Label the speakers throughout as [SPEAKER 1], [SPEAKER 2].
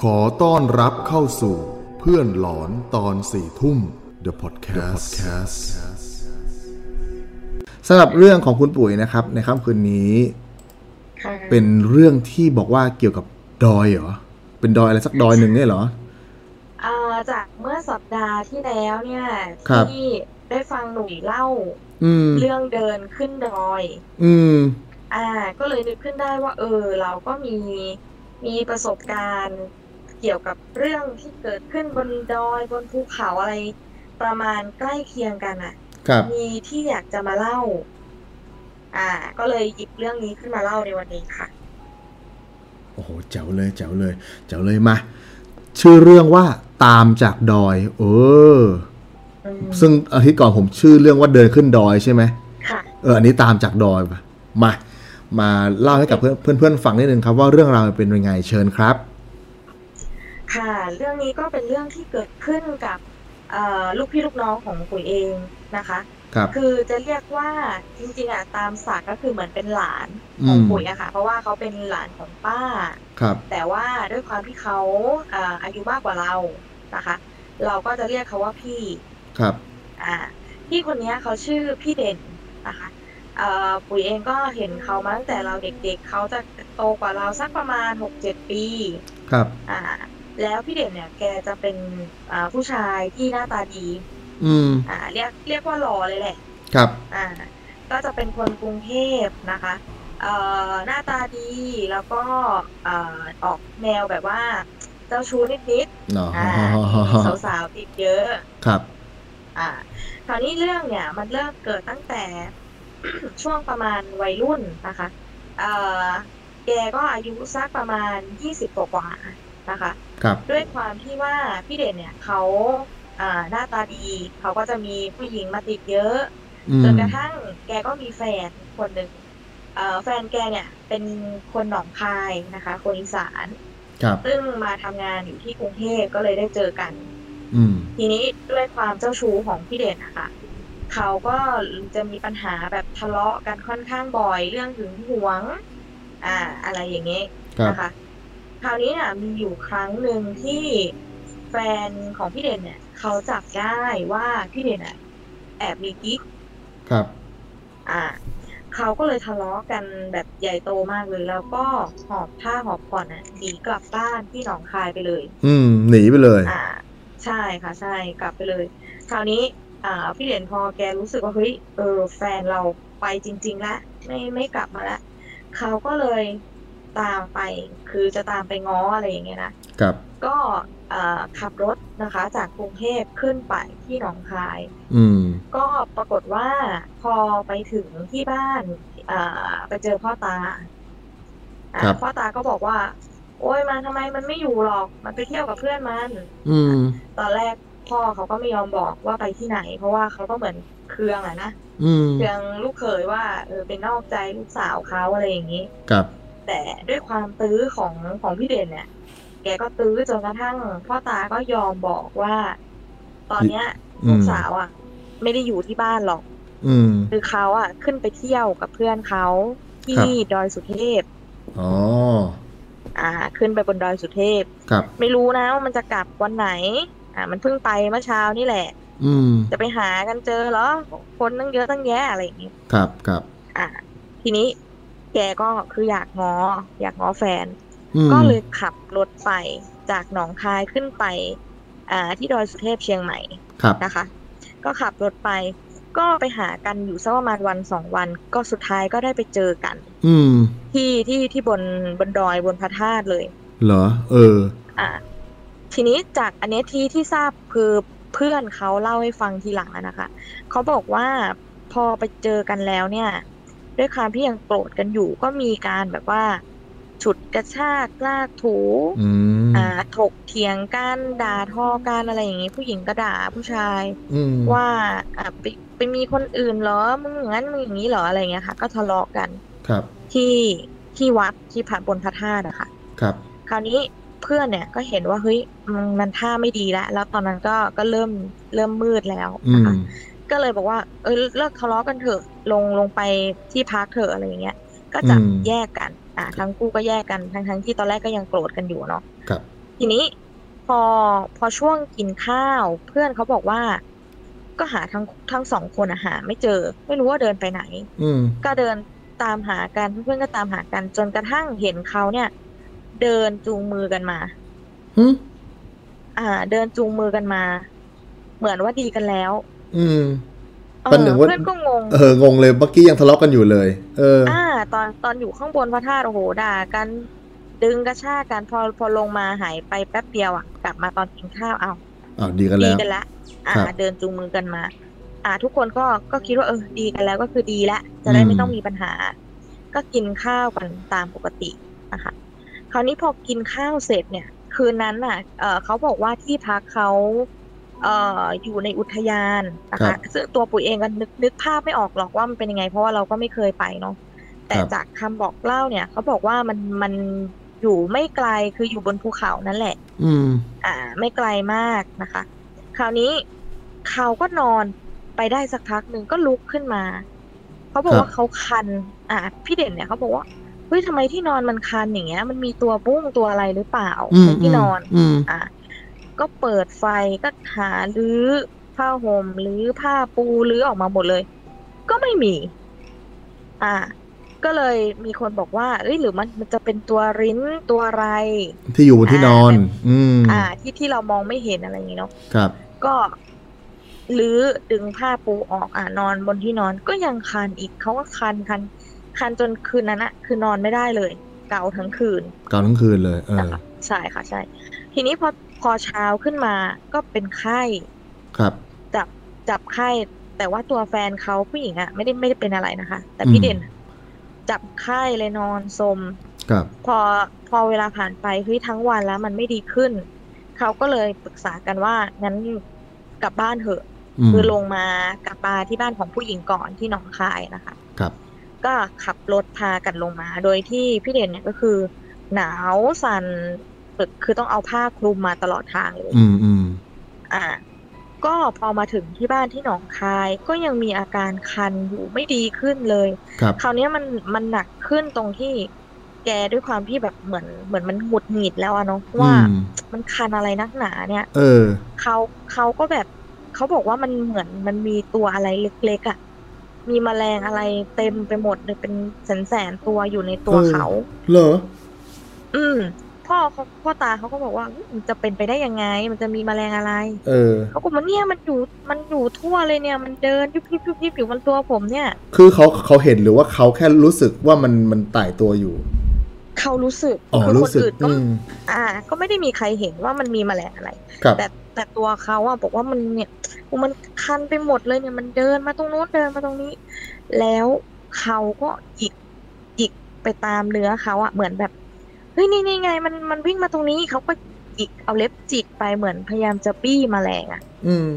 [SPEAKER 1] ขอต้อนรับเข้าสู่เพื่อนหลอนตอนสี่ทุ่ม The Podcast สำหรับเรื่องของคุณปุ๋ยนะครับในค่ำคืนนี้
[SPEAKER 2] ค่ะ
[SPEAKER 1] เป็นเรื่องที่บอกว่าเกี่ยวกับดอยเหรอ เป็นดอยอะไรสักดอยหนึ่งเนี่ยเหรอ
[SPEAKER 2] เอ่อจากเมื่อสัปดาห์ที่แล้วเนี่ย
[SPEAKER 1] ครับ
[SPEAKER 2] ที่ได้ฟังหนุ่ยเล่า
[SPEAKER 1] อืม
[SPEAKER 2] เรื่องเดินขึ้นดอย
[SPEAKER 1] อืม
[SPEAKER 2] อ่า ก็เลยนึกขึ้นได้ว่า เออ เราก็มีมีประสบการณ์เกี่ยวกับเรื่องที่เกิดขึ้นบนดอยบนภูเขาอะไรประมาณใกล้เคียงกันอ่ะ
[SPEAKER 1] ครับ
[SPEAKER 2] มีที่อยากจะมาเล่า อ่า ก็เลยหยิบเรื่องนี้ขึ้นมาเล่าในวันนี้ค่ะ
[SPEAKER 1] โอ้โหเจ๋วเลยเจ๋วเลยเจ๋วเลยมา ชื่อเรื่องว่าตามจากดอย เออ
[SPEAKER 2] อืม
[SPEAKER 1] ซึ่งอาทิตย์ก่อนผมชื่อเรื่องว่าเดินขึ้นดอยใช่ไหม
[SPEAKER 2] ค่ะ
[SPEAKER 1] เอออันนี้ตามจากดอยมามา มาเล่าให้กับเพื่อนเพื่อนเพื่อนฟังนิดนึงครับว่าเรื่องราวมันเป็นยังไงเชิญครับ
[SPEAKER 2] ค่ะ เรื่องนี้ก็เป็นเรื่องที่เกิดขึ้นกับเอ่อลูกพี่ลูกน้องของปุ๋ยเองนะคะ
[SPEAKER 1] ครับ
[SPEAKER 2] คือจะเรียกว่าจริงๆอ่ะตามศักดิ์ก็คือเหมือนเป็นหลาน
[SPEAKER 1] อื
[SPEAKER 2] ของ
[SPEAKER 1] ม
[SPEAKER 2] ปุ๋ยอะค่ะ เพราะว่าเขาเป็นหลานของป้า
[SPEAKER 1] ครับ
[SPEAKER 2] แต่ว่าด้วยความที่เขาเอ่ออายุมากกว่าเรานะคะ เราก็จะเรียกเขาว่าพี่
[SPEAKER 1] ครับ
[SPEAKER 2] อ่าพี่คนเนี้ยเขาชื่อพี่เด่นนะคะเอ่อปุ๋ยเองก็เห็นเขามาตั้งแต่เราเด็กๆ เขาจะโตกว่าเราสักประมาณหกเจ็ดปี
[SPEAKER 1] ครับ
[SPEAKER 2] อ่าแล้วพี่เด่นเนี่ยแกจะเป็นอ่าผู้ชายที่หน้าตาดี
[SPEAKER 1] อืม
[SPEAKER 2] อ่าเรียกเรียกว่าหล่อเลยแหละ
[SPEAKER 1] ครับ
[SPEAKER 2] อ่าก็จะเป็นคนกรุงเทพนะคะเอ่อหน้าตาดีแล้วก็เอ่อออกแนวแบบว่าเจ้าชู้นิด
[SPEAKER 1] เนาะ
[SPEAKER 2] ๆอ่ามีสาวๆติดเยอะ
[SPEAKER 1] ครับ
[SPEAKER 2] อ่าคราวนี้เรื่องเนี่ยมันเริ่มเกิดตั้งแต่ ช่วงประมาณวัยรุ่นนะคะเอ่อแกก็อายุสักประมาณยี่สิบกว่าๆนะคะ
[SPEAKER 1] ครับ
[SPEAKER 2] ด้วยความที่ว่าพี่เด่นเนี่ยเขาอ่าหน้าตาดี เขาก็จะมีผู้หญิงมาติดเยอะ
[SPEAKER 1] อืม
[SPEAKER 2] จนกระทั่งแกก็มีแฟนคนหนึ่งเอ่อแฟนแกเนี่ยเป็นคนหนองคายนะคะ คนอีสาน
[SPEAKER 1] ครับ
[SPEAKER 2] ซึ่งมาทำงานอยู่ที่กรุงเทพก็เลยได้เจอกัน
[SPEAKER 1] อืม
[SPEAKER 2] ทีนี้ด้วยความเจ้าชู้ของพี่เด่นนะคะเขาก็จะมีปัญหาแบบทะเลาะกันค่อนข้างบ่อยเรื่องหึงหวง อ่า อะไรอย่างนี้
[SPEAKER 1] ครับ
[SPEAKER 2] นะคะคราวนี้น่ะมีอยู่ครั้งหนึ่งที่แฟนของพี่เด่นเนี่ยเขาจับได้ว่าพี่เด่นอ่ะแอบมีกิ๊ก
[SPEAKER 1] ครับ
[SPEAKER 2] อ่าเขาก็เลยทะเลาะกันแบบใหญ่โตมากเลยแล้วก็หอบผ้าหอบผ่อนอ่ะหนีกลับบ้านที่หนองคายไปเลย
[SPEAKER 1] อืม หนีไปเลย
[SPEAKER 2] อ่า ใช่ค่ะใช่กลับไปเลย คราวนี้ อ่า พี่เด่นพอแกรู้สึกว่าเฮ้ยเออแฟนเราไปจริง ๆ ละไม่ไม่กลับมาละเขาก็เลยตามไป คือจะตามไปง้ออะไรอย่างเงี้ยนะ
[SPEAKER 1] ครับ
[SPEAKER 2] ก็เอ่อขับรถนะคะจากกรุงเทพขึ้นไปที่หนองคาย
[SPEAKER 1] อืม
[SPEAKER 2] ก็ปรากฏว่าพอไปถึงที่บ้านเอ่อไปเจอพ่อตาอ่ะ
[SPEAKER 1] ครับ
[SPEAKER 2] พ่อตาก็บอกว่า โอ้ยมันทำไมมันไม่อยู่หรอก มันไปเที่ยวกับเพื่อนมัน
[SPEAKER 1] อืม
[SPEAKER 2] ตอนแรกพ่อเขาก็ไม่ยอมบอกว่าไปที่ไหน เพราะว่าเขาก็เหมือนเคืองอะนะ
[SPEAKER 1] อืม
[SPEAKER 2] เคืองลูกเขยว่าเออเป็นนอกใจลูกสาวเขาอะไรอย่างนี้
[SPEAKER 1] ครับ
[SPEAKER 2] แต่ด้วยความตื้อของของพี่เด่นเนี่ย แกก็ตื้อจนกระทั่งพ่อตาก็ยอมบอกว่า ตอนเนี้ย
[SPEAKER 1] อืม
[SPEAKER 2] ลูกสาวอ่ะ ไม่ได้อยู่ที่บ้านหรอก
[SPEAKER 1] อืม
[SPEAKER 2] คือเขาอ่ะขึ้นไปเที่ยวกับเพื่อนเขา
[SPEAKER 1] ครั
[SPEAKER 2] ที่
[SPEAKER 1] บ
[SPEAKER 2] ดอยสุเทพ
[SPEAKER 1] อ๋อ
[SPEAKER 2] อ่า ขึ้นไปบนดอยสุเทพ
[SPEAKER 1] ครับ
[SPEAKER 2] ไม่รู้นะว่ามันจะกลับวันไหน อ่า มันเพิ่งไปเมื่อเช้านี่แหละ
[SPEAKER 1] อืม
[SPEAKER 2] จะไปหากันเจอเหรอ คนตั้งเยอะตั้งแยะอะไรอย่างเงี้ย
[SPEAKER 1] ครับ ครับ
[SPEAKER 2] อ่า ทีนี้แกก็คืออยากงอ อยากงอแฟน
[SPEAKER 1] อืม
[SPEAKER 2] ก็เลยขับรถไปจากหนองคายขึ้นไป อ่า ที่ดอยสุเทพเชียงใหม่
[SPEAKER 1] ครับ
[SPEAKER 2] นะคะ ก็ขับรถไป ก็ไปหากันอยู่สักประมาณวันสองวัน ก็สุดท้ายก็ได้ไปเจอกัน
[SPEAKER 1] อืม
[SPEAKER 2] ที่ที่ที่บนบนดอยบนพระธาตุเลย
[SPEAKER 1] เหรอ เออ
[SPEAKER 2] อ่า ทีนี้จากอันเนี้ยที่ที่ทราบคือเพื่อนเขาเล่าให้ฟังทีหลังอะนะคะเขาบอกว่าพอไปเจอกันแล้วเนี่ย ด้วยความที่ยังโกรธกันอยู่ก็มีการแบบว่า ฉุดกระชากลากถู
[SPEAKER 1] อืม
[SPEAKER 2] อ่าถกเถียงกันด่าทอกันอะไรอย่างงี้ ผู้หญิงก็ด่าผู้ชาย
[SPEAKER 1] อืม
[SPEAKER 2] ว่าอ่าไปไปมีคนอื่นเหรอมึงอย่างนั้นมึงอย่างนี้เหรออะไรอย่างเงี้ยค่ะ ก็ทะเลาะกัน
[SPEAKER 1] ครับ
[SPEAKER 2] ที่ที่วัดที่พระบนพระธาตุอะค่ะ
[SPEAKER 1] ครับ
[SPEAKER 2] คราวนี้เพื่อนเนี่ยก็เห็นว่าเฮ้ยมันมันท่าไม่ดีแล้วแล้วตอนนั้นก็ก็เริ่มเริ่มมืดแล้ว
[SPEAKER 1] อื
[SPEAKER 2] นะ
[SPEAKER 1] ม
[SPEAKER 2] คะก็เลยบอกว่าเออเลิกทะเลาะกันเถอะลงลงไปที่พักเถอะอะไรอย่างเงี้ย ก็จะ
[SPEAKER 1] อืม
[SPEAKER 2] แยกกัน อ่ะทั้งคู่ก็แยกกันทั้งทั้งที่ตอนแรกก็ยังโกรธกันอยู่เนาะ
[SPEAKER 1] ครับ
[SPEAKER 2] ท ทีนี้พอพอช่วงกินข้าว เพื่อนเขาบอกว่า ก็หาทั้งทั้งสองคนอะหาไม่เจอ ไม่รู้ว่าเดินไปไหน
[SPEAKER 1] อืม
[SPEAKER 2] ก็เดินตามหากันเพื่อนๆก็ตามหากัน จนกระทั่งเห็นเขาเนี่ย เดินจูงมือกันมา
[SPEAKER 1] อืม
[SPEAKER 2] อ่า เดินจูงมือกันมา เหมือนว่าดีกันแล้ว
[SPEAKER 1] อืม
[SPEAKER 2] เออ
[SPEAKER 1] ประหนึ่งว่า
[SPEAKER 2] เพื่อนก็งง
[SPEAKER 1] เอองงเลยเมื่อกี้ยังทะเลาะกันอยู่เลย เออ
[SPEAKER 2] อ่า ตอนตอนอยู่ข้างบนพระธาตุโอ้โหด่ากัน ดึงกระชากกันพอพอลงมาหายไปแป๊บเดียวอ่ะกลับมาตอนกินข้าวเอา
[SPEAKER 1] อ้าวดีกัน
[SPEAKER 2] ดี
[SPEAKER 1] แล้ว
[SPEAKER 2] กันละอ่า
[SPEAKER 1] ครับ
[SPEAKER 2] เดินจูงมือกันมา อ่า ทุกคนก็ก็คิดว่าเออดีกันแล้วก็คือดีละจะได้
[SPEAKER 1] อืม
[SPEAKER 2] ไม่ต้องมีปัญหา ก็กินข้าวกันตามปกตินะคะคราวนี้พอกินข้าวเสร็จเนี่ย คืนนั้นน่ะ เออเขาบอกว่าที่พักเขาเอออยู่ในอุทยานนะ
[SPEAKER 1] ครั
[SPEAKER 2] คะ
[SPEAKER 1] บ
[SPEAKER 2] ซึ่งตัวปุ๋ยเองก็นึกนึกภาพไม่ออกหรอกว่ามันเป็นยังไง เพราะว่าเราก็ไม่เคยไปเนาะแต่
[SPEAKER 1] ครับ
[SPEAKER 2] จากคำบอกเล่าเนี่ยเขาบอกว่ามันมันอยู่ไม่ไกลคืออยู่บนภูเขานั่นแหละ
[SPEAKER 1] อืม
[SPEAKER 2] อ่า ไม่ไกลมากนะคะ คราวนี้เขาก็นอนไปได้สักพักหนึ่งก็ลุกขึ้นมา เขาบอก
[SPEAKER 1] ครับ
[SPEAKER 2] ว่าเขาคัน อ่า พี่เด่นเนี่ยเขาบอกว่าเฮ้ยทำไมที่นอนมันคันอย่างเงี้ย มันมีตัวบุ้งตัวอะไรหรือเปล่า
[SPEAKER 1] อืม
[SPEAKER 2] ในที่นอน
[SPEAKER 1] อืม
[SPEAKER 2] อ่ะก็เปิดไฟก็หาลื้อผ้าห่มหรือผ้าปูลื้อออกมาหมดเลย ก็ไม่มี อ่ะก็เลยมีคนบอกว่าเอ้ยหรือมันมันจะเป็นตัวริ้นตัวอะไร
[SPEAKER 1] ที่อยู่บนที่นอน
[SPEAKER 2] อ่า
[SPEAKER 1] อืม
[SPEAKER 2] อ่า ที่ที่เรามองไม่เห็นอะไรอย่างเงี้ยเนาะ
[SPEAKER 1] ครับ
[SPEAKER 2] ก็ลื้อดึงผ้าปูออกอ่ะนอนบนที่นอนก็ยังคันอีกเขาก็คันคันคันจนคืนนั้นอะคือนอนไม่ได้เลย เกาทั้งคืน
[SPEAKER 1] เกาทั้งคืนเลย เออ
[SPEAKER 2] นะคะใช่ค่ะใช่ ทีนี้พอพอเช้าขึ้นมาก็เป็นไข้
[SPEAKER 1] ครับ
[SPEAKER 2] จับจับไข้ แต่ว่าตัวแฟนเขาผู้หญิงอะไม่ได้ไม่ได้เป็นอะไรนะคะ แต่
[SPEAKER 1] อื
[SPEAKER 2] พี่
[SPEAKER 1] ม
[SPEAKER 2] เด่นอะจับไข้เลยนอนสม
[SPEAKER 1] ครับ
[SPEAKER 2] พอพอเวลาผ่านไปเฮ้ยทั้งวันแล้วมันไม่ดีขึ้น เขาก็เลยปรึกษากันว่างั้นกลับบ้านเถอะ
[SPEAKER 1] อืม
[SPEAKER 2] คือลงมากลับมาที่บ้านของผู้หญิงก่อนที่หนองคายนะคะ
[SPEAKER 1] ครับ
[SPEAKER 2] ก็ขับรถพากันลงมา โดยที่พี่เด่นเนี่ยก็คือ หนาวสันตึกคือต้องเอาผ้าคลุมมาตลอดทางเลย
[SPEAKER 1] อืมอืม
[SPEAKER 2] อ่า ก็พอมาถึงที่บ้านที่หนองคายก็ยังมีอาการคันอยู่ไม่ดีขึ้นเลย
[SPEAKER 1] ครับ
[SPEAKER 2] คราวเนี้ยมันมันหนักขึ้นตรงที่แกด้วยความที่แบบเหมือนเหมือนมันหงุดหงิดแล้วอะเนาะว่า
[SPEAKER 1] อืม
[SPEAKER 2] มันคันอะไรนักหนาเนี่ย
[SPEAKER 1] เออ
[SPEAKER 2] เขาเขาก็แบบเขาบอกว่ามันเหมือนมันมีตัวอะไรเล็กๆอะ่ะ มีแมลงอะไรเต็มไปหมดเลยเป็นแสนแสนๆตัวอยู่ในตัว
[SPEAKER 1] เออ
[SPEAKER 2] เขา
[SPEAKER 1] เหรอ
[SPEAKER 2] อืม พ่อเขาพ่อตาเขาก็บอกว่าอื้อมันจะเป็นไปได้ยังไง มันจะมีแมลงอะไร
[SPEAKER 1] เออ
[SPEAKER 2] เขาก็บอกเนี่ยมันอยู่มันอยู่ทั่วเลยเนี่ย มันเดินยุบยิบยุบยิบอยู่บนตัวผมเนี่ย
[SPEAKER 1] คือเขาเขาเห็นหรือว่าเขาแค่รู้สึกว่ามันมันไต่ตัวอยู่
[SPEAKER 2] เขารู้สึก
[SPEAKER 1] อ๋อ
[SPEAKER 2] คื
[SPEAKER 1] รู้
[SPEAKER 2] คน
[SPEAKER 1] สึก
[SPEAKER 2] อื่นก็
[SPEAKER 1] อืม
[SPEAKER 2] อ่า ก็ไม่ได้มีใครเห็นว่ามันมีแมลงอะไร
[SPEAKER 1] ครับ
[SPEAKER 2] แต่แต่ตัวเขาอะบอกว่ามันเนี่ยอู้มันคันไปหมดเลยเนี่ยมันเดินมาตรงนู้นเดินมาตรงนี้ แล้วเขาก็หยิกหยิกไปตามเนื้อเขาอะเหมือนแบบเฮ้ยนี่นี่ไง มันมันวิ่งมาตรงนี้เขาก็หยิกเอาเล็บจิกไปเหมือนพยายามจะบี้แมลงอะ
[SPEAKER 1] อืม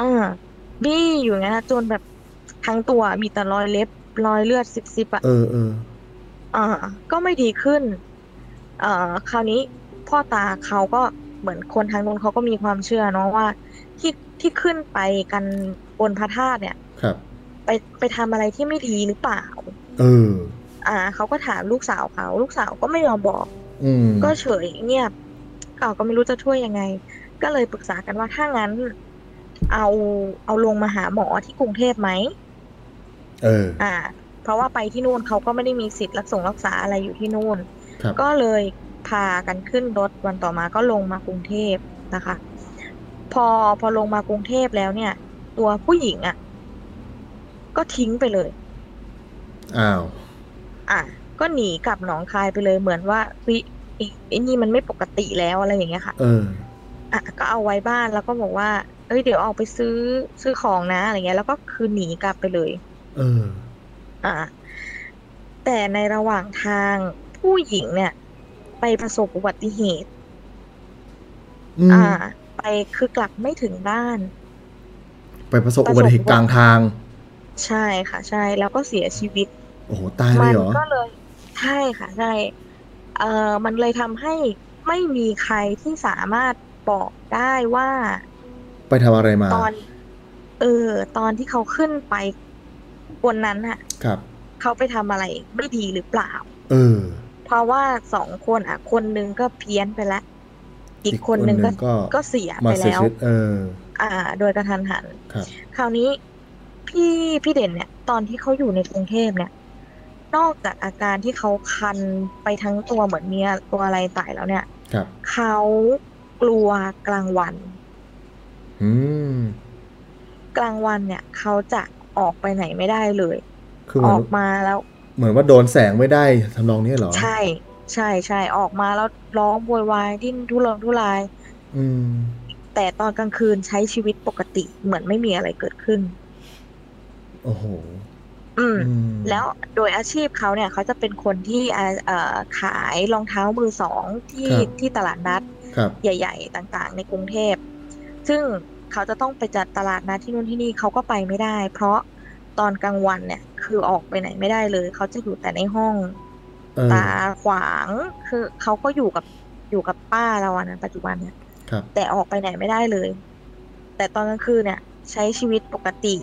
[SPEAKER 2] อ่าบี้อยู่อย่างนั้นอะจนแบบทั้งตัวมีแต่รอยเล็บรอยเลือดสิบสิบอะ
[SPEAKER 1] เออ เออ
[SPEAKER 2] อ่าก็ไม่ดีขึ้นเอ่อคราวนี้พ่อตาเขาก็เหมือนคนทางนู้นเขาก็มีความเชื่อเนาะว่า ที่ที่ขึ้นไปกันบนพระธาตุเนี่ย
[SPEAKER 1] ครับ
[SPEAKER 2] ไปไปทำอะไรที่ไม่ดีหรือเปล่า
[SPEAKER 1] เออ
[SPEAKER 2] อ่าเขาก็ถามลูกสาวเขา ลูกสาวก็ไม่ยอมบอก
[SPEAKER 1] อืม
[SPEAKER 2] ก็เฉยเงียบเขาก็ไม่รู้จะช่วยยังไง ก็เลยปรึกษากันว่าถ้างั้น เอาเอาลงมาหาหมอที่กรุงเทพไหม
[SPEAKER 1] เออ
[SPEAKER 2] อ่า เพราะว่าไปที่นู่นเขาก็ไม่ได้มีสิทธิ์รักษงรักษาอะไรอยู่ที่นู่น
[SPEAKER 1] ครับ
[SPEAKER 2] ก็เลยพากันขึ้นรถวันต่อมาก็ลงมากรุงเทพนะคะ พอพอลงมากรุงเทพแล้วเนี่ย ตัวผู้หญิงอะ่ะ ก็ทิ้งไปเลย
[SPEAKER 1] อ้าว
[SPEAKER 2] อ่ะ ก็หนีกลับหนองคายไปเลยเหมือนว่าวิไอ้ไอ้นี่มันไม่ปกติแล้วอะไรอย่างเงี้ยค่ะ
[SPEAKER 1] เออ
[SPEAKER 2] อ่ะก็เอาไว้บ้านแล้วก็บอกว่า เอ้ยเดี๋ยวออกไปซื้อซื้อของนะอะไรเงี้ย แล้วก็คือหนีกลับไปเลย
[SPEAKER 1] เออ
[SPEAKER 2] อ่า แต่ในระหว่างทางผู้หญิงเนี่ย ไปประสบอุบัติเหตุ
[SPEAKER 1] อืม
[SPEAKER 2] อ่า ไปคือกลับไม่ถึงบ้าน
[SPEAKER 1] ไปประสบอุบัติเหตุกลางทาง
[SPEAKER 2] ใช่ค่ะ ใช่แล้วก็เสียชีวิต
[SPEAKER 1] โอ้โห ตายเล
[SPEAKER 2] มั
[SPEAKER 1] ยเหรอ
[SPEAKER 2] ก็เลยใช่ค่ะใช่เอ่อมันเลยทำให้ไม่มีใครที่สามารถบอกได้ว่า
[SPEAKER 1] ไปทำอะไรมา
[SPEAKER 2] ตอน เออ ตอนที่เขาขึ้นไปบนนั้นน่ะ
[SPEAKER 1] ครับ
[SPEAKER 2] เขาไปทำอะไรไม่ดีหรือเปล่า
[SPEAKER 1] เออ
[SPEAKER 2] เพราะว่าสองคนอ่ะ คนหนึงก็เพี้ยนไปแล้ว อีกคนหนึ่งก็
[SPEAKER 1] ก็
[SPEAKER 2] ก็เสีย
[SPEAKER 1] มา
[SPEAKER 2] ไป
[SPEAKER 1] เสีย
[SPEAKER 2] แล้ว
[SPEAKER 1] ชีวิตเออ
[SPEAKER 2] อ่า โดยกระทันหัน
[SPEAKER 1] ครับ
[SPEAKER 2] คราวนี้พี่พี่เด่นเนี่ย ตอนที่เขาอยู่ในกรุงเทพเนี่ย นอกจากอาการที่เขาคันไปทั้งตัวเหมือนมีตัวอะไรไต่แล้วเนี่ย
[SPEAKER 1] ครับ
[SPEAKER 2] เขากลัวกลางวัน
[SPEAKER 1] อืม
[SPEAKER 2] กลางวันเนี่ยเขาจะออกไปไหนไม่ได้เลย
[SPEAKER 1] คือ
[SPEAKER 2] อ
[SPEAKER 1] เหมือ
[SPEAKER 2] อน กมาแล้ว
[SPEAKER 1] เหมือนว่าโดนแสงไม่ได้ทำนองนี้เหรอ
[SPEAKER 2] ใช่ ใช่ใช่ออกมาแล้วร้องโวยวายดิ้นทุรนทุราย
[SPEAKER 1] อืม
[SPEAKER 2] แต่ตอนกลางคืนใช้ชีวิตปกติเหมือนไม่มีอะไรเกิดขึ้น
[SPEAKER 1] โอ้โห
[SPEAKER 2] อืม
[SPEAKER 1] อืม
[SPEAKER 2] แล้วโดยอาชีพเขาเนี่ยเขาจะเป็นคนที่อาเอ่อขายรองเท้ามือสองที่ที่ตลาดนัด
[SPEAKER 1] ครับ
[SPEAKER 2] ใหญ่ ๆ ต่างๆ ในกรุงเทพ ซึ่งเขาจะต้องไปจัดตลาดนัดที่นู่นที่นี่เขาก็ไปไม่ได้ เพราะตอนกลางวันเนี่ย คือออกไปไหนไม่ได้เลย เขาจะอยู่แต่ในห้อง
[SPEAKER 1] เออ
[SPEAKER 2] ตาขวางคือเขาก็อยู่กับอยู่กับป้าเราอะนะปัจจุบันเนี่ย
[SPEAKER 1] ครับ
[SPEAKER 2] แต่ออกไปไหนไม่ได้เลย แต่ตอนกลางคืนเนี่ย ใช้ชีวิตปกติ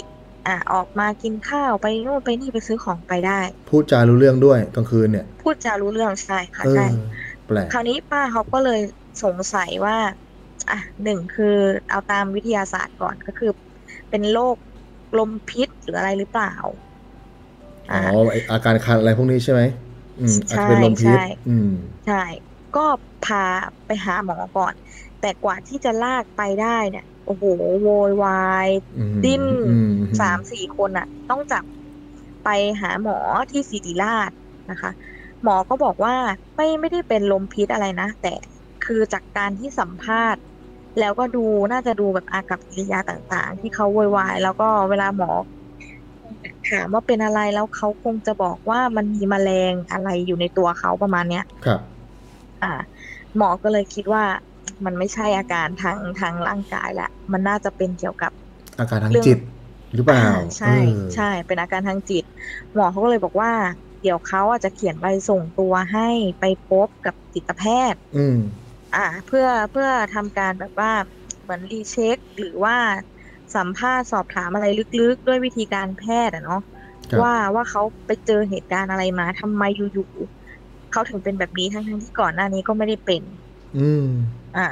[SPEAKER 2] อ่ะออกมากินข้าวไปนู่นไปนี่ไปซื้อของไปได้
[SPEAKER 1] พูดจารู้เรื่องด้วยกลางคืนเนี่ย
[SPEAKER 2] พูดจารู้เรื่องใช่ค่ะ
[SPEAKER 1] เออ
[SPEAKER 2] ใช่
[SPEAKER 1] แปลก
[SPEAKER 2] คราวนี้ป้าเขาก็เลยสงสัยว่า อ่ะหนึ่งคือเอาตามวิทยาศาสตร์ก่อนก็คือ เป็นโรคลมพิษหรืออะไรหรือเปล่า
[SPEAKER 1] อ๋
[SPEAKER 2] อ่า
[SPEAKER 1] อไอ้อาการคันอะไรพวกนี้ใช่ไหมอืมอาจจะเป็นลมพิษ
[SPEAKER 2] ใช่
[SPEAKER 1] อืม
[SPEAKER 2] ใช่ ก็พาไปหาหมอก่อน แต่กว่าที่จะลากไปได้เนี่ย โอ้โหโวยวาย
[SPEAKER 1] อืม
[SPEAKER 2] ดิ้น
[SPEAKER 1] อื
[SPEAKER 2] สามสี่คนอ่ะ ต้องจับไปหาหมอที่ศิริราชนะคะ หมอก็บอกว่าไม่ไม่ได้เป็นลมพิษอะไรนะ แต่คือจากการที่สัมภาษณ์ แล้วก็ดูน่าจะดูแบบอากับกิริยาต่างๆ ที่เขาโวยวายแล้วก็เวลาหมอ ถามว่าเป็นอะไรแล้วเขาคงจะบอกว่ามันมีแมลงอะไรอยู่ในตัวเขาประมาณเนี้ย
[SPEAKER 1] ครับ
[SPEAKER 2] อ่า หมอก็เลยคิดว่ามันไม่ใช่อาการทางทางร่างกายละมันน่าจะเป็นเกี่ยวกับ
[SPEAKER 1] อาการทาง
[SPEAKER 2] เรื่อง
[SPEAKER 1] จิตหรือเปล่า
[SPEAKER 2] อ่าใช่
[SPEAKER 1] เออ
[SPEAKER 2] ใช่เป็นอาการทางจิต หมอเขาก็เลยบอกว่า เดี๋ยวเขาอาจจะเขียนใบส่งตัวให้ไปพบกับจิตแพทย์
[SPEAKER 1] อืม
[SPEAKER 2] อ่า เพื่อเพื่อทำการแบบว่าเหมือนรีเช็ค หรือว่าสัมภาษณ์สอบถามอะไรลึกๆ ด้วยวิธีการแพทย์อะเนาะ
[SPEAKER 1] ครับ
[SPEAKER 2] ว่าว่าเขาไปเจอเหตุการณ์อะไรมาทำไมอยู่ๆเขาถึงเป็นแบบนี้ทั้งๆที่ก่อนหน้านี้ก็ไม่ได้เป็น
[SPEAKER 1] อืม
[SPEAKER 2] อ่า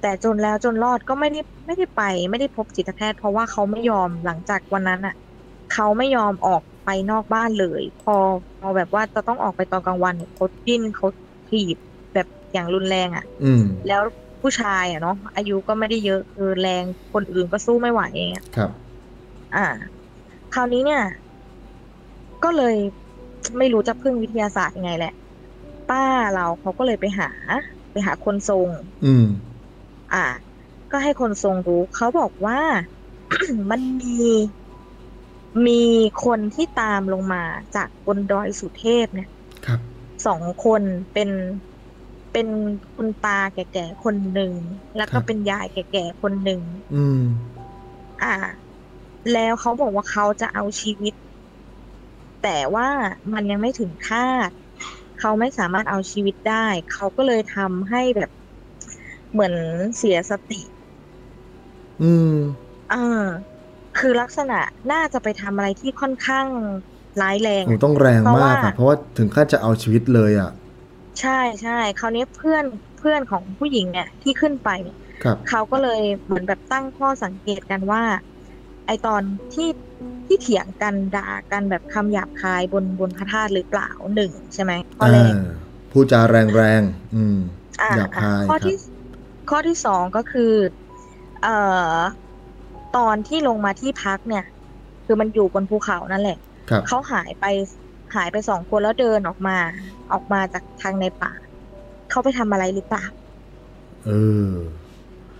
[SPEAKER 2] แต่จนแล้วจนรอดก็ไม่ได้ไม่ได้ไป ไม่ได้พบจิตแพทย์ เพราะว่าเขาไม่ยอมหลังจากวันนั้นอ่ะเขาไม่ยอมออกไปนอกบ้านเลย พอพอแบบว่าจะต้องออกไปตอนกลางวันเนี่ยเขาดิ้นเขาถีบแบบอย่างรุนแรงอ่ะ
[SPEAKER 1] อืม
[SPEAKER 2] แล้วผู้ชายอ่ะเนาะอายุก็ไม่ได้เยอะคือแรงคนอื่นก็สู้ไม่ไหวเองอะ
[SPEAKER 1] ครับ
[SPEAKER 2] อ่า คราวนี้เนี่ย ก็เลยไม่รู้จะพึ่งวิทยาศาสตร์ยังไงแหละ ป้าเราเขาก็เลยไปหา ไปหาคนทรง
[SPEAKER 1] อืม
[SPEAKER 2] อ่า ก็ให้คนทรงรู้ เขาบอกว่า มันมีมีคนที่ตามลงมาจากบนดอยสุเทพเนี่ย
[SPEAKER 1] ครับ
[SPEAKER 2] สองคนเป็นเป็นคุณตาแก่ๆคนหนึ่งแล้ว
[SPEAKER 1] ค
[SPEAKER 2] ก็
[SPEAKER 1] รับ
[SPEAKER 2] เป็นยายแก่ๆคนหนึ่ง
[SPEAKER 1] อืม
[SPEAKER 2] อ่า แล้วเขาบอกว่าเขาจะเอาชีวิต แต่ว่ามันยังไม่ถึงคาดเขาไม่สามารถเอาชีวิตได้ เขาก็เลยทำให้แบบเหมือนเสียสติ
[SPEAKER 1] อืม
[SPEAKER 2] เออคือลักษณะน่าจะไปทำอะไรที่ค่อนข้างร้ายแรง
[SPEAKER 1] โอ้
[SPEAKER 2] อะ
[SPEAKER 1] ต้องแรงมาก
[SPEAKER 2] เพราะว่า
[SPEAKER 1] อะเพราะว่าถึงขั้นจะเอาชีวิตเลยอ่ะ
[SPEAKER 2] ใช่ใช่คราวนี้เพื่อนเพื่อนของผู้หญิงเนี่ยที่ขึ้นไปเนี่ย
[SPEAKER 1] ครับ
[SPEAKER 2] เขาก็เลยเหมือนแบบตั้งข้อสังเกตกันว่า ไอตอนที่ที่เถียงกันด่ากันแบบคำหยาบคายบนบนพระธาตุหรือเปล่าหนึ่งใช่ไหมข้อแรก
[SPEAKER 1] อ่าพูดจาแรงแรงๆอืม
[SPEAKER 2] อ่ะ
[SPEAKER 1] หยาบคาย
[SPEAKER 2] อ่ะข้อ
[SPEAKER 1] ครับ
[SPEAKER 2] ที่ข้อที่สองก็คือเอ่อตอนที่ลงมาที่พักเนี่ย คือมันอยู่บนภูเขานั่นแหละ
[SPEAKER 1] ครับ
[SPEAKER 2] เขาหายไปหายไปสองคนแล้วเดินออกมา ออกมาจากทางในป่า เขาไปทำอะไรหรือเปล่า
[SPEAKER 1] เออ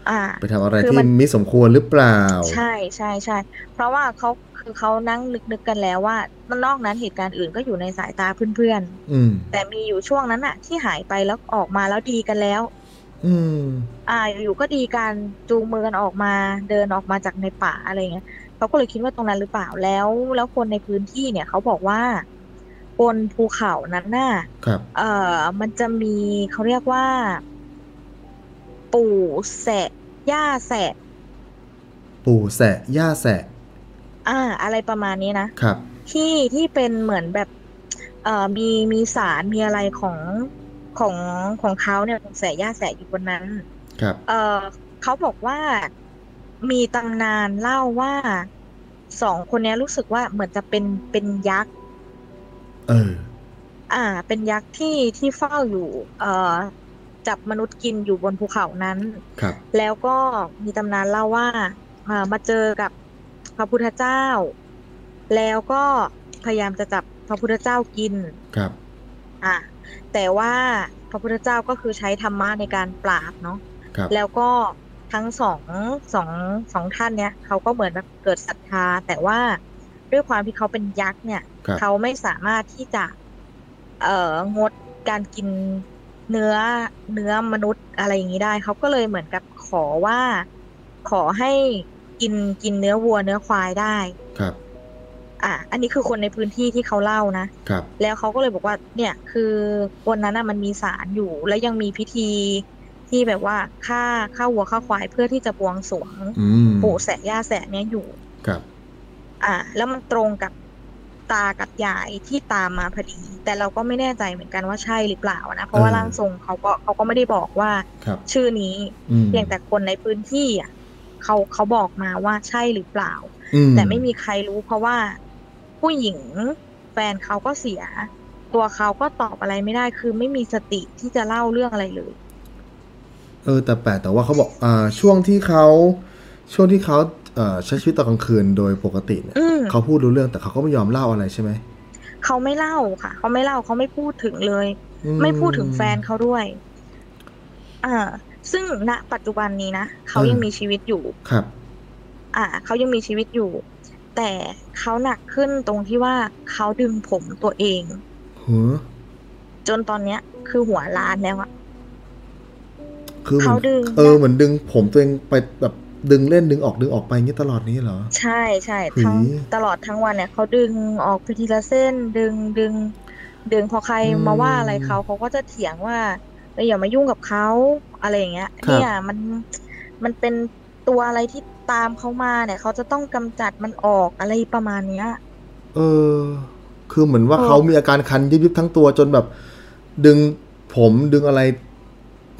[SPEAKER 2] อ่า
[SPEAKER 1] ไปทำอะไร
[SPEAKER 2] คือ
[SPEAKER 1] ที่
[SPEAKER 2] มัน
[SPEAKER 1] ไม่สมควรหรือเปล่า
[SPEAKER 2] ใช่ใช่ใช่เพราะว่าเขาคือเขานั่งนึกนึกกันแล้วว่า นอกนั้นเหตุการณ์อื่นก็อยู่ในสายตาเพื่อน
[SPEAKER 1] อืม
[SPEAKER 2] ๆ แต่มีอยู่ช่วงนั้นอะที่หายไปแล้วออกมาแล้วดีกันแล้ว
[SPEAKER 1] อืม
[SPEAKER 2] อ่าอยู่ๆก็ดีการจูงมือกันออกมาเดินออกมาจากในป่าอะไรเงี้ยเขาก็เลยคิดว่าตรงนั้นหรือเปล่าแล้ว แล้วคนในพื้นที่เนี่ยเขาบอกว่าบนภูเขานั้นน่ะ
[SPEAKER 1] ครับ
[SPEAKER 2] เอ่อ มันจะมีเขาเรียกว่า ปู่แสะย่าแสะ
[SPEAKER 1] ปู่แสะ ย่าแสะ
[SPEAKER 2] อ่า อะไรประมาณนี้นะครับ ที่ที่เป็นเหมือนแบบ เอ่อมีมีสารมีอะไรของของของเขาเนี่ยปู่แสะย่าแสะอยู่บนนั้น
[SPEAKER 1] ครับ
[SPEAKER 2] เออเขาบอกว่ามีตำนานเล่าว่าสองคนเนี้ยรู้สึกว่าเหมือนจะเป็นเป็นยักษ์
[SPEAKER 1] เออ
[SPEAKER 2] อ่า เป็นยักษ์ที่ที่เฝ้าอยู่ เอ่อ จับมนุษย์กินอยู่บนภูเขานั้น
[SPEAKER 1] ครับ
[SPEAKER 2] แล้วก็มีตำนานเล่าว่าอ่ามาเจอกับพระพุทธเจ้า แล้วก็พยายามจะจับพระพุทธเจ้ากิน
[SPEAKER 1] ครับ
[SPEAKER 2] อ่ะแต่ว่าพระพุทธเจ้าก็คือใช้ธรรมะในการปราบเนาะ
[SPEAKER 1] ครับ
[SPEAKER 2] แล้วก็ทั้งสองสองสองท่านเนี่ยเขาก็เหมือนแบบเกิดศรัทธา แต่ว่าด้วยความที่เขาเป็นยักษ์เนี่ย
[SPEAKER 1] ครับ
[SPEAKER 2] เขาไม่สามารถที่จะ เอ่องดการกินเนื้อเนื้อมนุษย์อะไรอย่างนี้ได้ เขาก็เลยเหมือนกับขอว่า ขอให้กินกินเนื้อวัวเนื้อควายได้
[SPEAKER 1] ครับ
[SPEAKER 2] อ่ะอันนี้คือคนในพื้นที่ที่เขาเล่านะ
[SPEAKER 1] ครับ
[SPEAKER 2] แล้วเขาก็เลยบอกว่า เนี่ยคือวันนั้นน่ะมันมีสารอยู่ และยังมีพิธีที่แบบว่าฆ่าฆ่าวัวฆ่าควายเพื่อที่จะบวงสรวง
[SPEAKER 1] อืม
[SPEAKER 2] ปู่แสะย่าแสะเนี่ยอยู่
[SPEAKER 1] ครับ
[SPEAKER 2] อ่า แล้วมันตรงกับตากับยายที่ตามมาพอดี แต่เราก็ไม่แน่ใจเหมือนกันว่าใช่หรือเปล่านะ เพราะว่า
[SPEAKER 1] เออ
[SPEAKER 2] ร่างทรงเขาก็เขาก็ไม่ได้บอกว่า
[SPEAKER 1] ครับ
[SPEAKER 2] ชื่อนี้
[SPEAKER 1] อืม
[SPEAKER 2] เพียงแต่คนในพื้นที่อ่ะเขาเขาบอกมาว่าใช่หรือเปล่า
[SPEAKER 1] อื
[SPEAKER 2] แต่ไม่มีใครรู้เพราะว่าผู้หญิงแฟนเขาก็เสีย ตัวเขาก็ตอบอะไรไม่ได้คือไม่มีสติที่จะเล่าเรื่องอะไรเลย
[SPEAKER 1] เออ แต่แปลกแต่ว่าเขาบอก อ่า ช่วงที่เขา ช่วงที่เขาเอ่อใช้ชีวิตตอนกลางคืนโดยปกติเนี่ย
[SPEAKER 2] อืม
[SPEAKER 1] เขาพูดรู้เรื่องแต่เขาก็ไม่ยอมเล่าอะไรใช่ไหม
[SPEAKER 2] เขาไม่เล่าค่ะ เขาไม่เล่าเขาไม่พูดถึงเลย
[SPEAKER 1] อื
[SPEAKER 2] ไม่พูดถึงแฟนเขาด้วย อ่า ซึ่งณปัจจุบันนี้นะเขายังมีชีวิตอยู่
[SPEAKER 1] ครับ
[SPEAKER 2] อ่าเขายังมีชีวิตอยู่ แต่เขาหนักขึ้นตรงที่ว่าเขาดึงผมตัวเอง
[SPEAKER 1] หัว
[SPEAKER 2] จนตอนเนี้ย คือหัวล้านแล้วอะ
[SPEAKER 1] คือหมือน
[SPEAKER 2] เขาดึง
[SPEAKER 1] เออ เหมือนดึงผมตัวเองไปแบบดึงเล่นดึงออกดึงออกไปอย่างนี้ตลอดนี้เหรอ
[SPEAKER 2] ใช่ใช่
[SPEAKER 1] หือ
[SPEAKER 2] ทั้งตลอดทั้งวันเนี่ยเขาดึงออกไปทีละเส้น ดึงดึง ดึงพอใครมาว่าอะไรเขาเขาก็จะเถียงว่าเอ้ยอย่ามายุ่งกับเขาอะไรอย่างเงี้ยเนี่ยมันมันเป็นตัวอะไรที่ตามเขามาเนี่ยเขาจะต้องกำจัดมันออกอะไรประมาณเนี้ย
[SPEAKER 1] เออ คือเหมือนว่า
[SPEAKER 2] เออ
[SPEAKER 1] เขามีอาการคันยิบยิบทั้งตัวจนแบบ ดึงผมดึงอะไร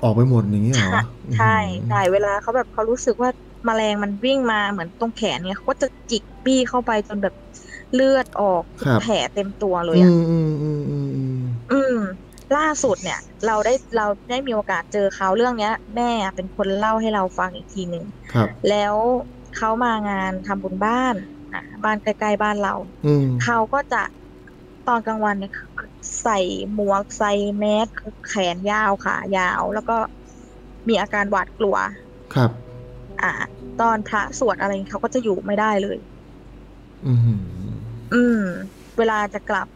[SPEAKER 1] ออกไปหมดอย่างนี้เหรอ
[SPEAKER 2] ใช่ใช่
[SPEAKER 1] อื้อหือ
[SPEAKER 2] เวลาเขาแบบเขารู้สึกว่าแมลงมันวิ่งมาเหมือนตรงแขนเนี่ยเขาก็จะจิกบี้เข้าไปจนแบบเลือดออก
[SPEAKER 1] ครับ
[SPEAKER 2] แผลเต็มตัวเลย
[SPEAKER 1] อื
[SPEAKER 2] อะ
[SPEAKER 1] มอืมอืมอืมอืม
[SPEAKER 2] อืม ล่าสุดเนี่ย เราได้เราได้มีโอกาสเจอเขาเรื่องเนี้ย แม่เป็นคนเล่าให้เราฟังอีกทีหนึ่ง
[SPEAKER 1] ครับ
[SPEAKER 2] แล้วเขามางานทำบุญบ้านอ่ะบ้านใกล้ๆบ้านเรา
[SPEAKER 1] อืม
[SPEAKER 2] เขาก็จะตอนกลางวันเนี่ยใส่หมวกใส่แมสคือแขนยาวขายาว แล้วก็มีอาการหวาดกลัว
[SPEAKER 1] ครับ
[SPEAKER 2] อ่า ตอนพระสวดอะไรเขาก็จะอยู่ไม่ได้เลย
[SPEAKER 1] อืม
[SPEAKER 2] อืม เวลาจะกลับ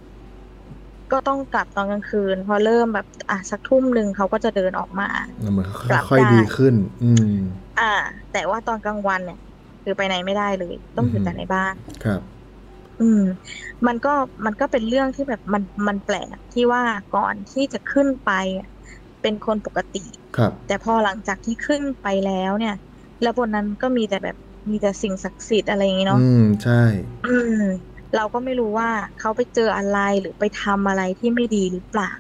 [SPEAKER 2] ก็ต้องกลับตอนกลางคืน พอเริ่มแบบอ่ะสักทุ่มหนึ่งเขาก็จะเดินออกมา
[SPEAKER 1] แล้วมัน
[SPEAKER 2] ปรับ
[SPEAKER 1] ค่อย
[SPEAKER 2] ได้
[SPEAKER 1] ๆดีขึ้น อืม
[SPEAKER 2] อ่า แต่ว่าตอนกลางวันเนี่ย คือไปไหนไม่ได้เลย ต้องอยู่
[SPEAKER 1] อือหือ
[SPEAKER 2] แต่ในบ้าน
[SPEAKER 1] ครับ
[SPEAKER 2] อืม มันก็มันก็เป็นเรื่องที่แบบมันมันแปลกที่ว่าก่อนที่จะขึ้นไปอ่ะเป็นคนปกติ
[SPEAKER 1] ครับ
[SPEAKER 2] แต่พอหลังจากที่ขึ้นไปแล้วเนี่ย แล้วบนนั้นก็มีแต่แบบมีแต่สิ่งศักดิ์สิทธิ์อะไรอย่างงี้เนาะ
[SPEAKER 1] อืม ใช่
[SPEAKER 2] อืม เราก็ไม่รู้ว่าเขาไปเจออะไรหรือไปทำอะไรที่ไม่ดีหรือเปล่า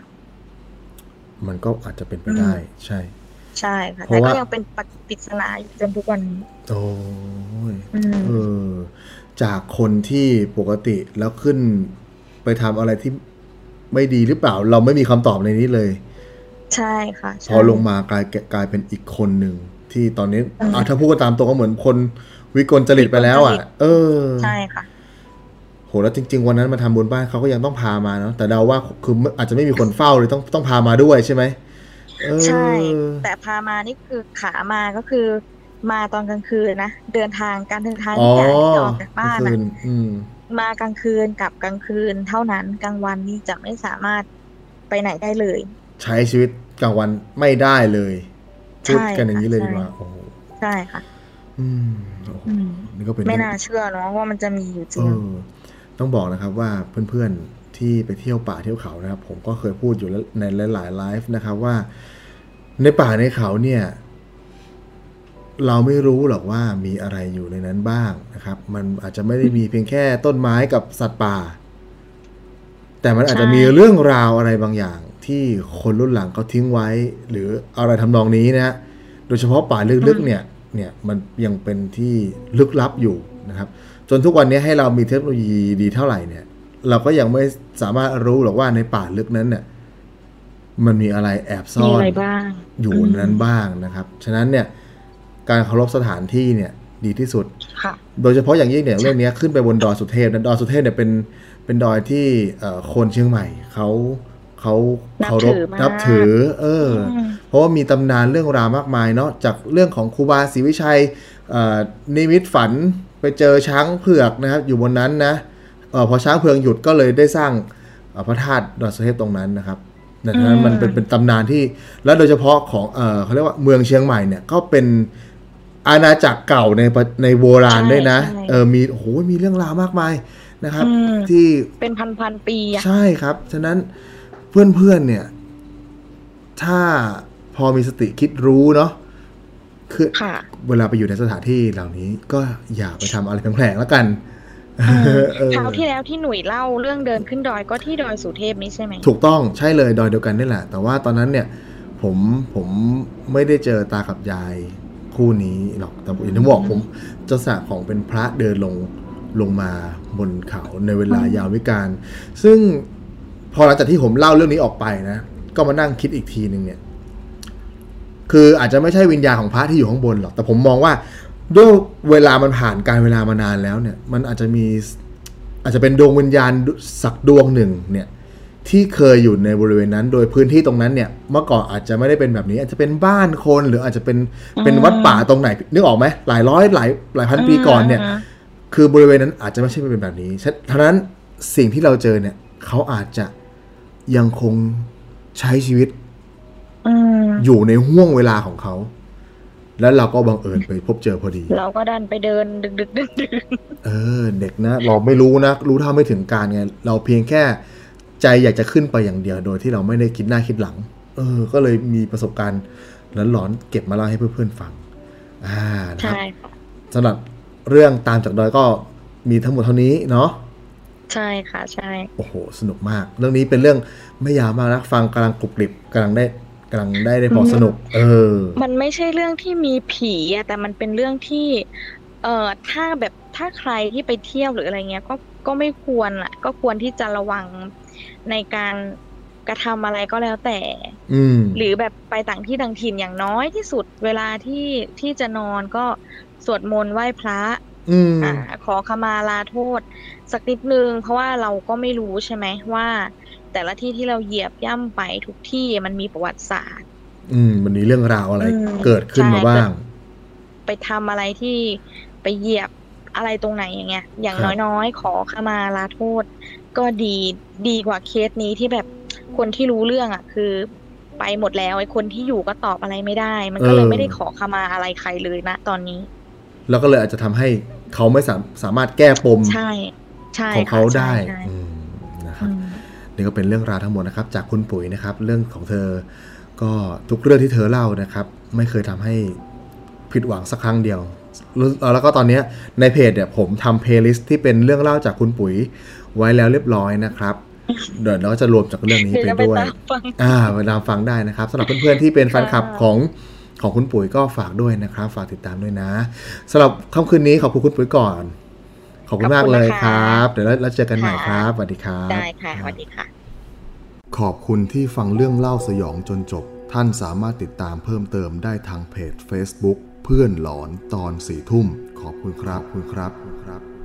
[SPEAKER 1] มันก็อาจจะเป็นไปได้ ใช่
[SPEAKER 2] ใช่ค่ะ
[SPEAKER 1] เพ
[SPEAKER 2] แต่
[SPEAKER 1] ราะ
[SPEAKER 2] ก็
[SPEAKER 1] ว่ายั
[SPEAKER 2] ยังเป็นปริศนาอยู่จนทุกวันนี้
[SPEAKER 1] โอ้ย
[SPEAKER 2] อืม
[SPEAKER 1] เออจากคนที่ปกติแล้วขึ้นไปทำอะไรที่ไม่ดีหรือเปล่า เราไม่มีคำตอบในนี้เลย
[SPEAKER 2] ใช่ค่ะ
[SPEAKER 1] พอ
[SPEAKER 2] ใช่
[SPEAKER 1] ลงมากลายกลายเป็นอีกคนหนึ่งที่ตอนนี้
[SPEAKER 2] อืม
[SPEAKER 1] อ่ะถ้าพูดก็ตามตรงก็เหมือนคนวิกลจริตไปแล้วอ่ะ
[SPEAKER 2] วิกลจริต
[SPEAKER 1] เออ
[SPEAKER 2] ใช่ค่ะ
[SPEAKER 1] โหแล้วจริง ๆ วันนั้นมาทำบุญบ้านเขาก็ยังต้องพามาเนาะแต่เดาว่าคืออาจจะไม่มีคนเฝ้าเลยต้องต้องพามาด้วยใช่ไหมเออ
[SPEAKER 2] ใช่ แต่พามานี่คือขามาก็คือ มาตอนกลางคืนนะ เดินทางการเดินทาง
[SPEAKER 1] อ๋อ
[SPEAKER 2] ที่การที่ออกจากบ้าน
[SPEAKER 1] เมื่อคื
[SPEAKER 2] นะ
[SPEAKER 1] นอืม
[SPEAKER 2] มากลางคืนกลับกลางคืน เท่านั้นกลางวันนี่จะไม่สามารถไปไหนได้เลย
[SPEAKER 1] ใช้ชีวิตกลางวันไม่ได้เลยพูดกันอย่างนี้เลยดี
[SPEAKER 2] ใช่
[SPEAKER 1] ก
[SPEAKER 2] ค่ะ
[SPEAKER 1] ว่าโอ้โห
[SPEAKER 2] ใช่ค่ะ
[SPEAKER 1] อืมโอ้โห
[SPEAKER 2] อืม
[SPEAKER 1] นี่ก็เป็น
[SPEAKER 2] ไม่
[SPEAKER 1] เรื่อง
[SPEAKER 2] น่าเชื่อเนาะว่ามันจะมีอยู่จ
[SPEAKER 1] เออ
[SPEAKER 2] ริง
[SPEAKER 1] ต้องบอกนะครับว่าเพื่อนๆที่ไปเที่ยวป่าเที่ยวเขานะครับ ผมก็เคยพูดอยู่แล้วในหลายๆไลฟ์นะครับว่า ในป่าในเขาเนี่ย เราไม่รู้หรอกว่ามีอะไรอยู่ในนั้นบ้างนะครับ มันอาจจะไม่ได้มีเพียงแค่ต้นไม้กับสัตว์ป่า แต่มันอาจจะ
[SPEAKER 2] ใช่
[SPEAKER 1] มีเรื่องราวอะไรบางอย่าง ที่คนรุ่นหลังเขาทิ้งไว้ หรืออะไรทำนองนี้นะ โดยเฉพาะป่าลึกๆเนี่ยเนี่ยมันยังเป็นที่ลึกลับอยู่นะครับ จนทุกวันนี้ให้เรามีเทคโนโลยีดีเท่าไหร่เนี่ย เราก็ยังไม่สามารถรู้หรอกว่าในป่าลึกนั้นเนี่ยมันมีอะไรแอบซ่
[SPEAKER 2] มี
[SPEAKER 1] อน
[SPEAKER 2] อะไรบ้าง
[SPEAKER 1] อยู่ในนั้นบ้างนะครับ ฉะนั้นเนี่ยการเคารพสถานที่เนี่ยดีที่สุด
[SPEAKER 2] ค่ะ
[SPEAKER 1] โดยเฉพาะอย่างยิ่งเนี่ยเรื่องเนี้ยขึ้นไปบนดอยสุเทพนะดอยสุเทพเนี่ยเป็นเป็นดอยที่เอ่อคนเชียงใหม่เขาเขา
[SPEAKER 2] นับ
[SPEAKER 1] เคารพ
[SPEAKER 2] ถือมาก
[SPEAKER 1] นับถือ เอออ
[SPEAKER 2] ม
[SPEAKER 1] เพราะว่ามีตำนานเรื่องราวมากมายเนาะจากเรื่องของครูบาศรีวิชัยเอ่อนิมิตฝันไปเจอช้างเผือกนะครับ อยู่บนนั้นนะเออพอช้างเผือกหยุดก็เลยได้สร้างเอ่อพระธาตุดอยสุเทพตรงนั้นนะครับดังนั้น
[SPEAKER 2] อืม
[SPEAKER 1] มันเป็นเป็นตำนานที่และโดยเฉพาะของเออเขาเรียกว่าเมืองเชียงใหม่เนี่ยก็เป็นอาณาจักรเก่าในประในโบราณด้วยนะเออมีโอ้โหมีเรื่องราวมากมายนะครับ
[SPEAKER 2] อืม
[SPEAKER 1] ที่
[SPEAKER 2] เป็นพันพันๆปีอะ
[SPEAKER 1] ใช่ครับ ฉะนั้นเพื่อนๆเนี่ย ถ้าพอมีสติคิดรู้เนาะ คือ
[SPEAKER 2] ค่ะ
[SPEAKER 1] เวลาไปอยู่ในสถานที่เหล่านี้ก็อย่าไปทำอะไรแผลงๆแล้วกัน
[SPEAKER 2] อืม
[SPEAKER 1] เออ
[SPEAKER 2] คราวที่แล้วที่หนุ่ยเล่าเรื่องเดินขึ้นดอยก็ที่ดอยสุเทพนี่ใช่ไหม
[SPEAKER 1] ถูกต้องใช่เลยดอยเดียวกันนี่แหละ แต่ว่าตอนนั้นเนี่ย ผมผมไม่ได้เจอตากับยายคู่นี้หรอก แต่อย่างที่บอกผมเจ้าสาของเป็นพระเดินลงลงมาบนเขาในเวลายามวิการ ซึ่งพอหลังจากที่ผมเล่าเรื่องนี้ออกไปนะ ก็มานั่งคิดอีกทีหนึ่งเนี่ย คืออาจจะไม่ใช่วิญญาณของพระที่อยู่ข้างบนหรอก แต่ผมมองว่าด้วยเวลามันผ่านการเวลามานานแล้วเนี่ย มันอาจจะมี อาจจะเป็นดวงวิญญาณสักดวงหนึ่งเนี่ย ที่เคยอยู่ในบริเวณนั้น โดยพื้นที่ตรงนั้นเนี่ย เมื่อก่อนอาจจะไม่ได้เป็นแบบนี้ อาจจะเป็นบ้านคนหรืออาจจะเป็นเป็น
[SPEAKER 2] อืม
[SPEAKER 1] วัดป่าตรงไหนนึกออกไหมหลายร้อยหลายหลายพันปีก่อนเนี่ย
[SPEAKER 2] อ่า
[SPEAKER 1] คือบริเวณนั้นอาจจะไม่ใช่เป็นแบบนี้ฉะฉะนั้นสิ่งที่เราเจอเนี่ย เขาอาจจะยังคงใช้ชีวิต
[SPEAKER 2] อืม
[SPEAKER 1] อยู่ในห่วงเวลาของเขา แล้วเราก็บังเอิญไปพบเจอพอดี
[SPEAKER 2] เราก็ดันไปเดินดึกดึกดึกดึก
[SPEAKER 1] เออ เด็กนะ เราไม่รู้นะ รู้เท่าไม่ถึงการไง เราเพียงแค่ใจอยากจะขึ้นไปอย่างเดียวโดยที่เราไม่ได้คิดหน้าคิดหลัง เออ ก็เลยมีประสบการณ์หลอนๆเก็บมาเล่าให้เพื่อนๆฟัง อ่านะครับ
[SPEAKER 2] ใช่ค่ะ
[SPEAKER 1] สำหรับเรื่องตามจากดอยก็มีทั้งหมดเท่านี้เนาะ
[SPEAKER 2] ใช่ค่ะใช่
[SPEAKER 1] โอ้โห สนุกมาก เรื่องนี้เป็นเรื่องไม่ยาวมากนะฟังกำลังกรุบกริบกำลังได้กำลังได้ได้พอสนุก เออ
[SPEAKER 2] มันไม่ใช่เรื่องที่มีผีอะแต่มันเป็นเรื่องที่ เอ่อถ้าแบบถ้าใครที่ไปเที่ยวหรืออะไรเงี้ย ก็ก็ไม่ควรอ่ะ ก็ควรที่จะระวังในการกระทำอะไรก็แล้วแต่
[SPEAKER 1] อืม
[SPEAKER 2] หรือแบบไปต่างที่ต่างถิ่นอย่างน้อยที่สุด เวลาที่ที่จะนอนก็สวดมนต์ไหว้พระ
[SPEAKER 1] อืม
[SPEAKER 2] อ่าขอขมาลาโทษ สักนิดนึง เพราะว่าเราก็ไม่รู้ใช่ไหมว่า แต่ละที่ที่เราเหยียบย่ำไปทุกที่มันมีประวัติศาสตร์
[SPEAKER 1] อืมวันนี้เรื่องราวอะไร
[SPEAKER 2] อืม
[SPEAKER 1] เกิดขึ้นมา
[SPEAKER 2] ใช่
[SPEAKER 1] บ้าง
[SPEAKER 2] ไปทำอะไรที่ไปเหยียบอะไรตรงไหนอย่างเงี้ย อย่าง
[SPEAKER 1] ครับ
[SPEAKER 2] น้อยๆ ขอขมาลาโทษ ก็ดีดีกว่าเคสนี้ที่แบบคนที่รู้เรื่องอ่ะ คือไปหมดแล้วไอ้คนที่อยู่ก็ตอบอะไรไม่ได้ มันก็เลยไม่ได้ขอขมาอะไรใครเลยนะตอนนี้
[SPEAKER 1] แล้วก็เลยอาจจะทำให้เขาไม่สามสามารถแก้ปม
[SPEAKER 2] ใช่ ใช่
[SPEAKER 1] ของ
[SPEAKER 2] ค่ะ
[SPEAKER 1] เขาได้
[SPEAKER 2] ใช่ใช่
[SPEAKER 1] อืมนะครั
[SPEAKER 2] อื
[SPEAKER 1] บ
[SPEAKER 2] ม
[SPEAKER 1] นี่ก็เป็นเรื่องราวทั้งหมดนะครับ จากคุณปุ๋ยนะครับ เรื่องของเธอ ก็ทุกเรื่องที่เธอเล่านะครับ ไม่เคยทำให้ผิดหวังสักครั้งเดียวแล้วแล้วก็ตอนเนี้ยในเพจเนี่ยผมทำเพลย์ลิสต์ที่เป็นเรื่องเล่าจากคุณปุ๋ยไว้แล้วเรียบร้อยนะครับ เดี๋ยวเราก็จะรวมจากเรื่องนี้
[SPEAKER 2] เดี๋ยว
[SPEAKER 1] ไป
[SPEAKER 2] จะไป
[SPEAKER 1] ด้วย
[SPEAKER 2] ตามฟัง
[SPEAKER 1] อ่าไปตามฟังได้นะครับสำหรับเพื่อนๆที่เป็นแฟนคลับ
[SPEAKER 2] ค่ะ
[SPEAKER 1] ของของคุณปุ๋ยก็ฝากด้วยนะครับ ฝากติดตามด้วยนะสำหรับค่ำคืนนี้ขอบคุณคุณปุ๋ยก่อน ขอบคุณมากเลยครับ เดี๋ยวเราเจอกันใหม่ครับสวัสดีครับ
[SPEAKER 2] ได้ค่ะสวัสดีค่ะ
[SPEAKER 1] ขอบคุณที่ฟังเรื่องเล่าสยองจนจบ ท่านสามารถติดตามเพิ่มเติมได้ทางเพจ Facebook เพื่อนหลอนตอนสี่ทุ่ม ขอบคุณครับคุณครับคุณครับ